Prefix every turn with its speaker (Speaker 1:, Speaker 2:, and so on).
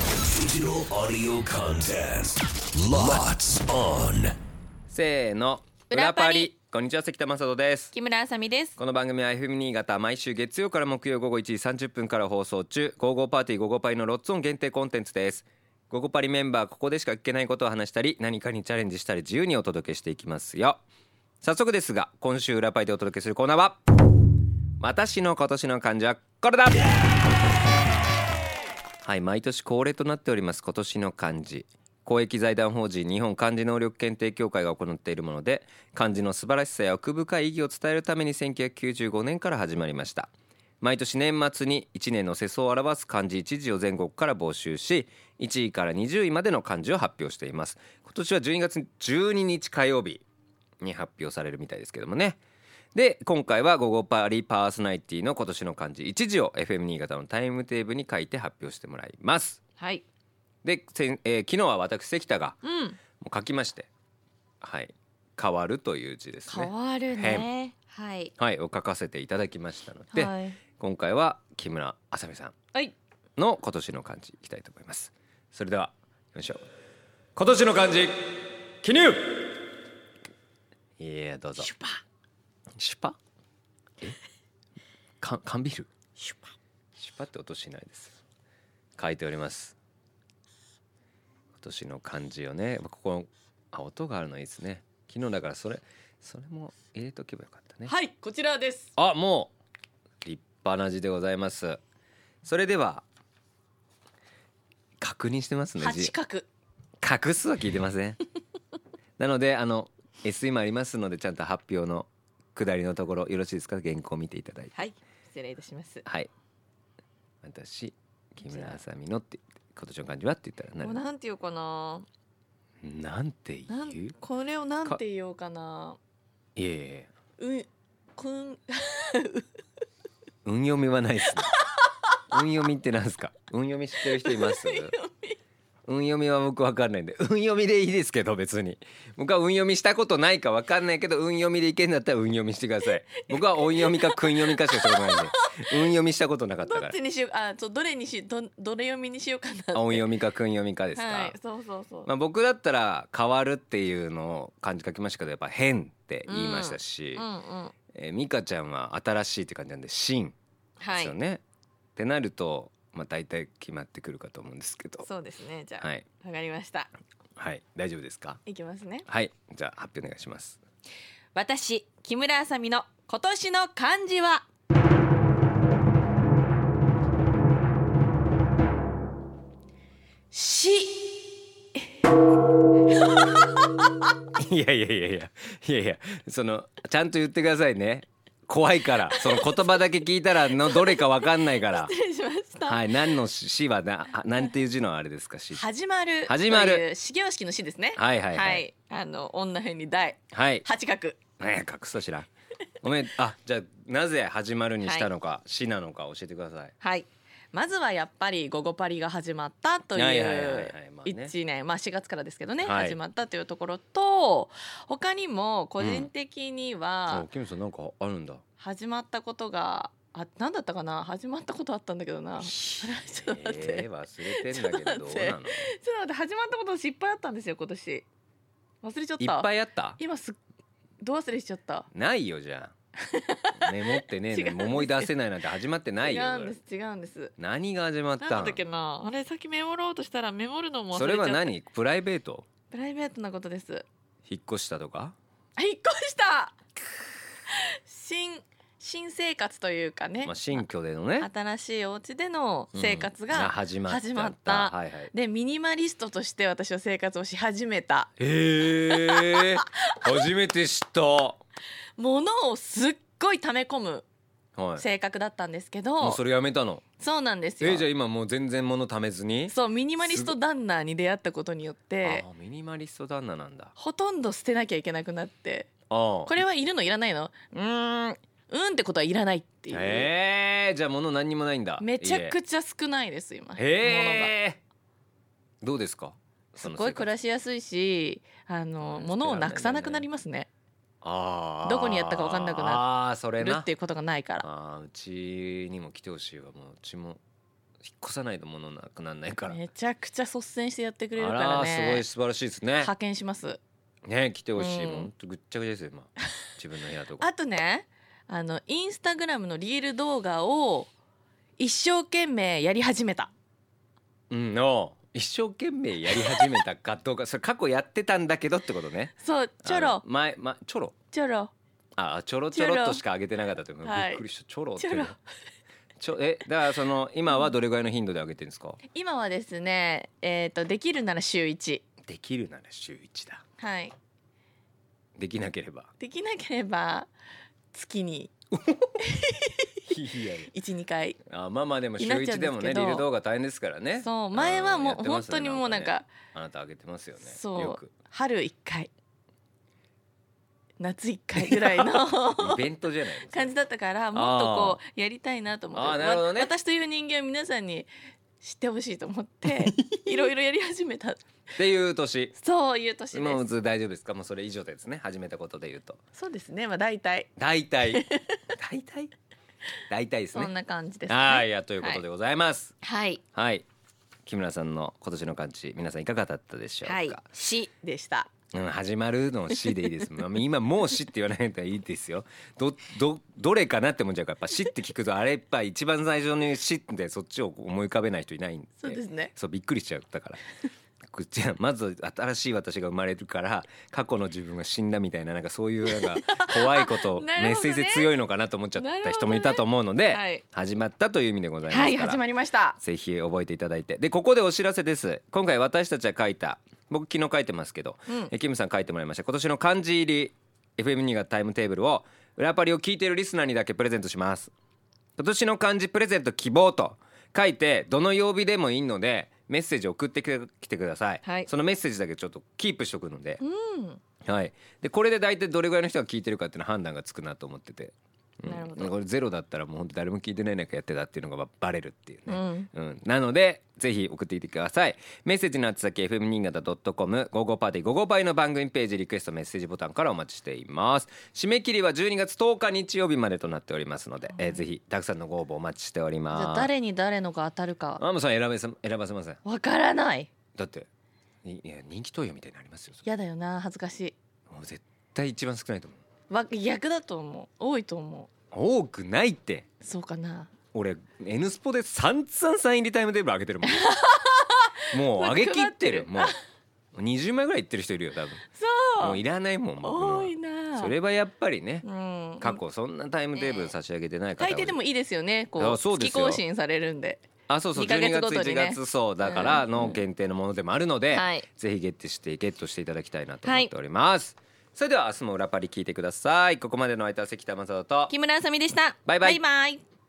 Speaker 1: Digital audio contest. Lots on.
Speaker 2: せーの
Speaker 3: 裏パリ
Speaker 2: こんにちは関田正人です
Speaker 3: 木村あさみです。
Speaker 2: この番組は FM 新潟毎週月曜から木曜午後1時30分から放送中午後パーティー午後パリのロッツオン限定コンテンツです午後パリメンバーここでしか聞けないことを話したり何かにチャレンジしたり自由にお届けしていきますよ早速ですが今週裏パリでお届けするコーナーは私の今年の漢字はこれだはい毎年恒例となっております今年の漢字公益財団法人日本漢字能力検定協会が行っているもので漢字の素晴らしさや奥深い意義を伝えるために1995年から始まりました毎年年末に1年の世相を表す漢字1字を全国から募集し1位から20位までの漢字を発表しています今年は12月12日火曜日に発表されるみたいですけどもねで今回は「午後パリパーソナリティ」の今年の漢字1字を FM 新潟のタイムテーブルに書いて発表してもらいます
Speaker 3: はい。
Speaker 2: で、先えー昨日は私関田が
Speaker 3: うん。
Speaker 2: もう書きましてはい変わるという字です
Speaker 3: 変
Speaker 2: ね
Speaker 3: わるね。はい。
Speaker 2: はいを書かせていただきましたので、
Speaker 3: はい。
Speaker 2: 今回は木村あさみさん
Speaker 3: はい。
Speaker 2: の今年の漢字いきたいと思いますそれではよいしょ今年の漢字記入いやどうぞ
Speaker 3: シュパ。
Speaker 2: シュパえ缶缶ビール
Speaker 3: シュパ。
Speaker 2: シュパって音しないです書いております今年の漢字をねここあ音があるのいいですね昨日だからそれそれも入れとけばよかったね
Speaker 3: はい、こちらです。
Speaker 2: あもう立派な字でございますそれでは確認してますね字
Speaker 3: 八角。
Speaker 2: 隠すは聞いてません なのであの S 今ありますのでちゃんと発表の下りのところよろしいですか原稿を見ていただいて
Speaker 3: はい。失礼いたします。
Speaker 2: はい私木村あさみのって今年の漢字はって言ったら
Speaker 3: もう
Speaker 2: 何
Speaker 3: なんていうかな。
Speaker 2: なんて言
Speaker 3: な、
Speaker 2: うん
Speaker 3: これをなんて言おうかな。
Speaker 2: いやいやいや
Speaker 3: う、く ん、
Speaker 2: 運読みはないです ね運読みってなんですか運読み知ってる人い ます運読みは僕わかんないんで運読みでいいですけど別に僕は運読みしたことないかわかんないけど運読みでいけんだったら運読みしてください僕は音読みか訓読みかしかしたこと ないんで運読みしたことなかった
Speaker 3: ど
Speaker 2: か
Speaker 3: っ
Speaker 2: ら
Speaker 3: ちにしよう、あ、そう、どれにし、ど、どれ読みにしようかなって。
Speaker 2: あ音読みか訓読みかですか、
Speaker 3: はい、そうそうそう。
Speaker 2: まあ、僕だったら変わるっていうのを漢字書きましたけどやっぱ変って言いましたし、
Speaker 3: うんうん。
Speaker 2: えー美香ちゃんは新しいって感じなんで新で
Speaker 3: は
Speaker 2: すよ
Speaker 3: い。
Speaker 2: ね。ってなると、まあ、大体決まってくるかと思うんですけど
Speaker 3: そうですね。じゃあ、
Speaker 2: は
Speaker 3: わ
Speaker 2: い、
Speaker 3: かりました。
Speaker 2: はい、大丈夫ですか
Speaker 3: いきますね。
Speaker 2: はいじゃあ発表お願いします。
Speaker 3: 私木村あさみの今年の漢字はし
Speaker 2: いやいやいやいやいやいやそのちゃんと言ってくださいね怖いからその言葉だけ聞いたらのどれかわかんない から
Speaker 3: 失礼しました、
Speaker 2: はい何の詩はなあなんていう字のあれですか詩はい
Speaker 3: 始まる
Speaker 2: 始まる
Speaker 3: という始業式の詩ですねい
Speaker 2: はいはい
Speaker 3: あの女編に大
Speaker 2: はい
Speaker 3: 八角
Speaker 2: ねえ隠すと知らんごめんあじゃあなぜ始まるにしたのか死、なのか教えてください
Speaker 3: はいまずはやっぱり「午後パリ」が始まったとい
Speaker 2: はいはいはいはいうまあね
Speaker 3: 1年まあ4月からですけどね
Speaker 2: はい
Speaker 3: 始まったというところと他にも個人的には
Speaker 2: あキムさんなんかあるんだ
Speaker 3: 始まったことがあ何だったかな始まったことあったんだけどなあれ ちょっと待って、
Speaker 2: えー、忘れてんだけどどう
Speaker 3: ちょっと待って
Speaker 2: なの
Speaker 3: ちょっと待って始まったこと失敗あったんですよ今年忘れちゃっ
Speaker 2: いったぱいあった
Speaker 3: 今すっど忘れしちゃった
Speaker 2: ないよじゃあメモってねえ
Speaker 3: 違うん
Speaker 2: の
Speaker 3: です
Speaker 2: 思い出せないなんて始まってないよ
Speaker 3: 違う
Speaker 2: そ
Speaker 3: ん
Speaker 2: れ
Speaker 3: です違うんです
Speaker 2: 何が始まっ
Speaker 3: なん
Speaker 2: た
Speaker 3: だっけなあれさっきメモろうとしたらメモるのも忘
Speaker 2: そ
Speaker 3: れ
Speaker 2: れ
Speaker 3: ちゃっ
Speaker 2: は
Speaker 3: た
Speaker 2: 何プライベート
Speaker 3: プライベートなことです
Speaker 2: 引っ越したとか
Speaker 3: あ引っ越した新新生活というかね、
Speaker 2: まあ新居でのね
Speaker 3: 新しいお家での生活
Speaker 2: うん
Speaker 3: が、
Speaker 2: 始まった
Speaker 3: 始まった
Speaker 2: はいはい
Speaker 3: でミニマリストとして私は生活をし始めた
Speaker 2: えー、初めて知ったは
Speaker 3: 物をすっごい溜め込む
Speaker 2: い
Speaker 3: 性格だったんですけど、
Speaker 2: もう
Speaker 3: そ
Speaker 2: それやめたの
Speaker 3: うなんですよ、
Speaker 2: えー、じゃあ今もう全然物貯めずに
Speaker 3: そうミニマリスト旦那に出会ったことによっ
Speaker 2: あ
Speaker 3: て
Speaker 2: ーミニマリスト旦那なんだ
Speaker 3: ほとんど捨てなきゃいけなくなって
Speaker 2: あ
Speaker 3: これはいるのいらないのうーんうんってことはいらないっていう、
Speaker 2: えー、じゃあ物何にもないんだ
Speaker 3: めちゃ
Speaker 2: ち
Speaker 3: くちゃ少ないです今、物が
Speaker 2: へえどうですか
Speaker 3: すごい暮ら
Speaker 2: し
Speaker 3: しやすいしあの
Speaker 2: うん
Speaker 3: 物をなくさなくなりますね
Speaker 2: あー
Speaker 3: どこにやったかわかんなくなる
Speaker 2: あーそれ
Speaker 3: る
Speaker 2: な
Speaker 3: っていうことがないから
Speaker 2: あーうちにも来てほしいわもううちも引っ越さないと物なくならないから、
Speaker 3: めちゃくちゃ率先してやってくれる
Speaker 2: あ
Speaker 3: から
Speaker 2: らーすご
Speaker 3: ね
Speaker 2: い素晴らしいですね
Speaker 3: 派遣します
Speaker 2: ね来てほしい、
Speaker 3: うん
Speaker 2: もうほんとぐっちゃぐちゃですよ今自分の部屋とか
Speaker 3: あとねあのインスタグラムのリール動画を一生懸命やり始めた
Speaker 2: うんおう一生懸命やり始めたかどうかそれ過去やってたんだけどってことね
Speaker 3: そうちょ
Speaker 2: あ
Speaker 3: ろ
Speaker 2: の前、ま、ちょろ
Speaker 3: ちょろ
Speaker 2: あちょろちょ
Speaker 3: ちょ
Speaker 2: ろっ
Speaker 3: ろ
Speaker 2: としか上げてなかったというか、
Speaker 3: はい
Speaker 2: びっくりしたちょろっていう
Speaker 3: ちょ
Speaker 2: の
Speaker 3: ろ
Speaker 2: ちょえだからその今はどれぐらいの頻度で上げてるんですか、
Speaker 3: 今はですねえっ、とできるなら週1
Speaker 2: できるなら週一だ
Speaker 3: はい
Speaker 2: できなければ
Speaker 3: できなければ月に
Speaker 2: いやいや
Speaker 3: 12回
Speaker 2: あまあまあでも
Speaker 3: になっ
Speaker 2: 週
Speaker 3: ちゃう
Speaker 2: 一
Speaker 3: んで
Speaker 2: です
Speaker 3: け
Speaker 2: も
Speaker 3: ど
Speaker 2: ねリール動画大変ですからね
Speaker 3: そう前はも
Speaker 2: あ
Speaker 3: う
Speaker 2: ーやっ
Speaker 3: 本
Speaker 2: てますね
Speaker 3: 当にもうなん
Speaker 2: ね
Speaker 3: か
Speaker 2: あなた上げてますよね
Speaker 3: そう
Speaker 2: よく
Speaker 3: 春1回夏1回ぐらいの
Speaker 2: イベントじゃないですか
Speaker 3: 感じだったからもっとこうやりたいなと思
Speaker 2: あー
Speaker 3: って、
Speaker 2: なるほどね
Speaker 3: わ私という人間を皆さんに知ってほしいと思って いろいろやり始めた
Speaker 2: っていう年
Speaker 3: そういう年
Speaker 2: 今も
Speaker 3: です
Speaker 2: ず大丈夫ですかもうそれ以上ですね始めたことで言うと
Speaker 3: そうですねまあ大体
Speaker 2: 大体大体大体です
Speaker 3: そん
Speaker 2: ね
Speaker 3: な感じですね
Speaker 2: はいいやということでございます
Speaker 3: はい
Speaker 2: はい、木村さんの今年の感じ皆さんいかがだったでしょうか、
Speaker 3: はい「し」でした
Speaker 2: うん、始まるの「し」でいいです、 まあ、今もう「し」って言わないといいですよどどどれかなって思っちゃうからやっぱ「し」って聞くとあれやっぱ一番最初に「し」ってそっちを思い浮かべない人いないんで
Speaker 3: そうですね
Speaker 2: そうびっくりしちゃったからこっちはまず新しい私が生まれるから過去の自分が死んだみたいななんかそういう なんか怖いこと、
Speaker 3: なるほどね
Speaker 2: メッセージ強いのかなと思っちゃった人もいたと思うので、
Speaker 3: なるほどねはい
Speaker 2: 始まったという意味でございますから、
Speaker 3: はい始まりました
Speaker 2: ぜひ覚えていただいてでここでお知らせです今回私たちは書いた僕昨日書いてますけど、
Speaker 3: うん
Speaker 2: えキムさん書いてもらいました今年の漢字入り FM 新潟タイムテーブルを裏パリを聞いてるリスナーにだけプレゼントします今年の漢字プレゼント希望と書いてどの曜日でもいいのでメッセージを送ってきてください、
Speaker 3: はい
Speaker 2: そのメッセージだけちょっとキープしとくので、
Speaker 3: うん
Speaker 2: はい、でこれで大体どれぐらいの人が聞いてるかっていうのは判断がつくなと思ってて、うん
Speaker 3: なるほど
Speaker 2: これゼロだったらもう本当誰も聞いてない中やってたっていうのがバレるっていう
Speaker 3: う
Speaker 2: ね、
Speaker 3: ん
Speaker 2: うんなのでぜひ送っていてくださいメッセージの宛先 FM 新潟 .com 午後パーティー午後パイの番組ページリクエストメッセージボタンからお待ちしています締め切りは12月10日日曜日までとなっておりますので、えーぜひたくさんのご応募お待ちしております
Speaker 3: じゃあ誰に誰のが当たるか
Speaker 2: マムさん選べさ選ばせません
Speaker 3: わからない
Speaker 2: だっていいや人気投票みたいになりますよそれ
Speaker 3: やだよな恥ずかし
Speaker 2: もう絶対一番少ないと思う
Speaker 3: いわ逆だと思う多いと思
Speaker 2: 多くないって
Speaker 3: うそうかな
Speaker 2: 俺 N スポで散々サイン入りタイムテーブル上げてるも んもう上げきってるもう20枚ぐらいいってる人いるよ多分
Speaker 3: そう
Speaker 2: もういらないもん僕の
Speaker 3: 多いな
Speaker 2: それはやっぱりね
Speaker 3: うん
Speaker 2: 過去そんなタイムテーブル差し上げてない方
Speaker 3: 大抵でもいいですよねこ
Speaker 2: あ
Speaker 3: う
Speaker 2: そうです
Speaker 3: 月
Speaker 2: よ
Speaker 3: 更新されるんで
Speaker 2: あそうそう
Speaker 3: 二ヶ
Speaker 2: 12
Speaker 3: 月
Speaker 2: 月
Speaker 3: ごと
Speaker 2: 1
Speaker 3: にね
Speaker 2: 月そうだから
Speaker 3: うん
Speaker 2: の限定のものでもあるので、
Speaker 3: はい
Speaker 2: ぜひゲットしてゲットしていただきたいなと思っております、それでは明日も裏パリ聞いてくださいここまでの相手は関田正人と
Speaker 3: 木村あさみでした
Speaker 2: バイバイ
Speaker 3: バイバイ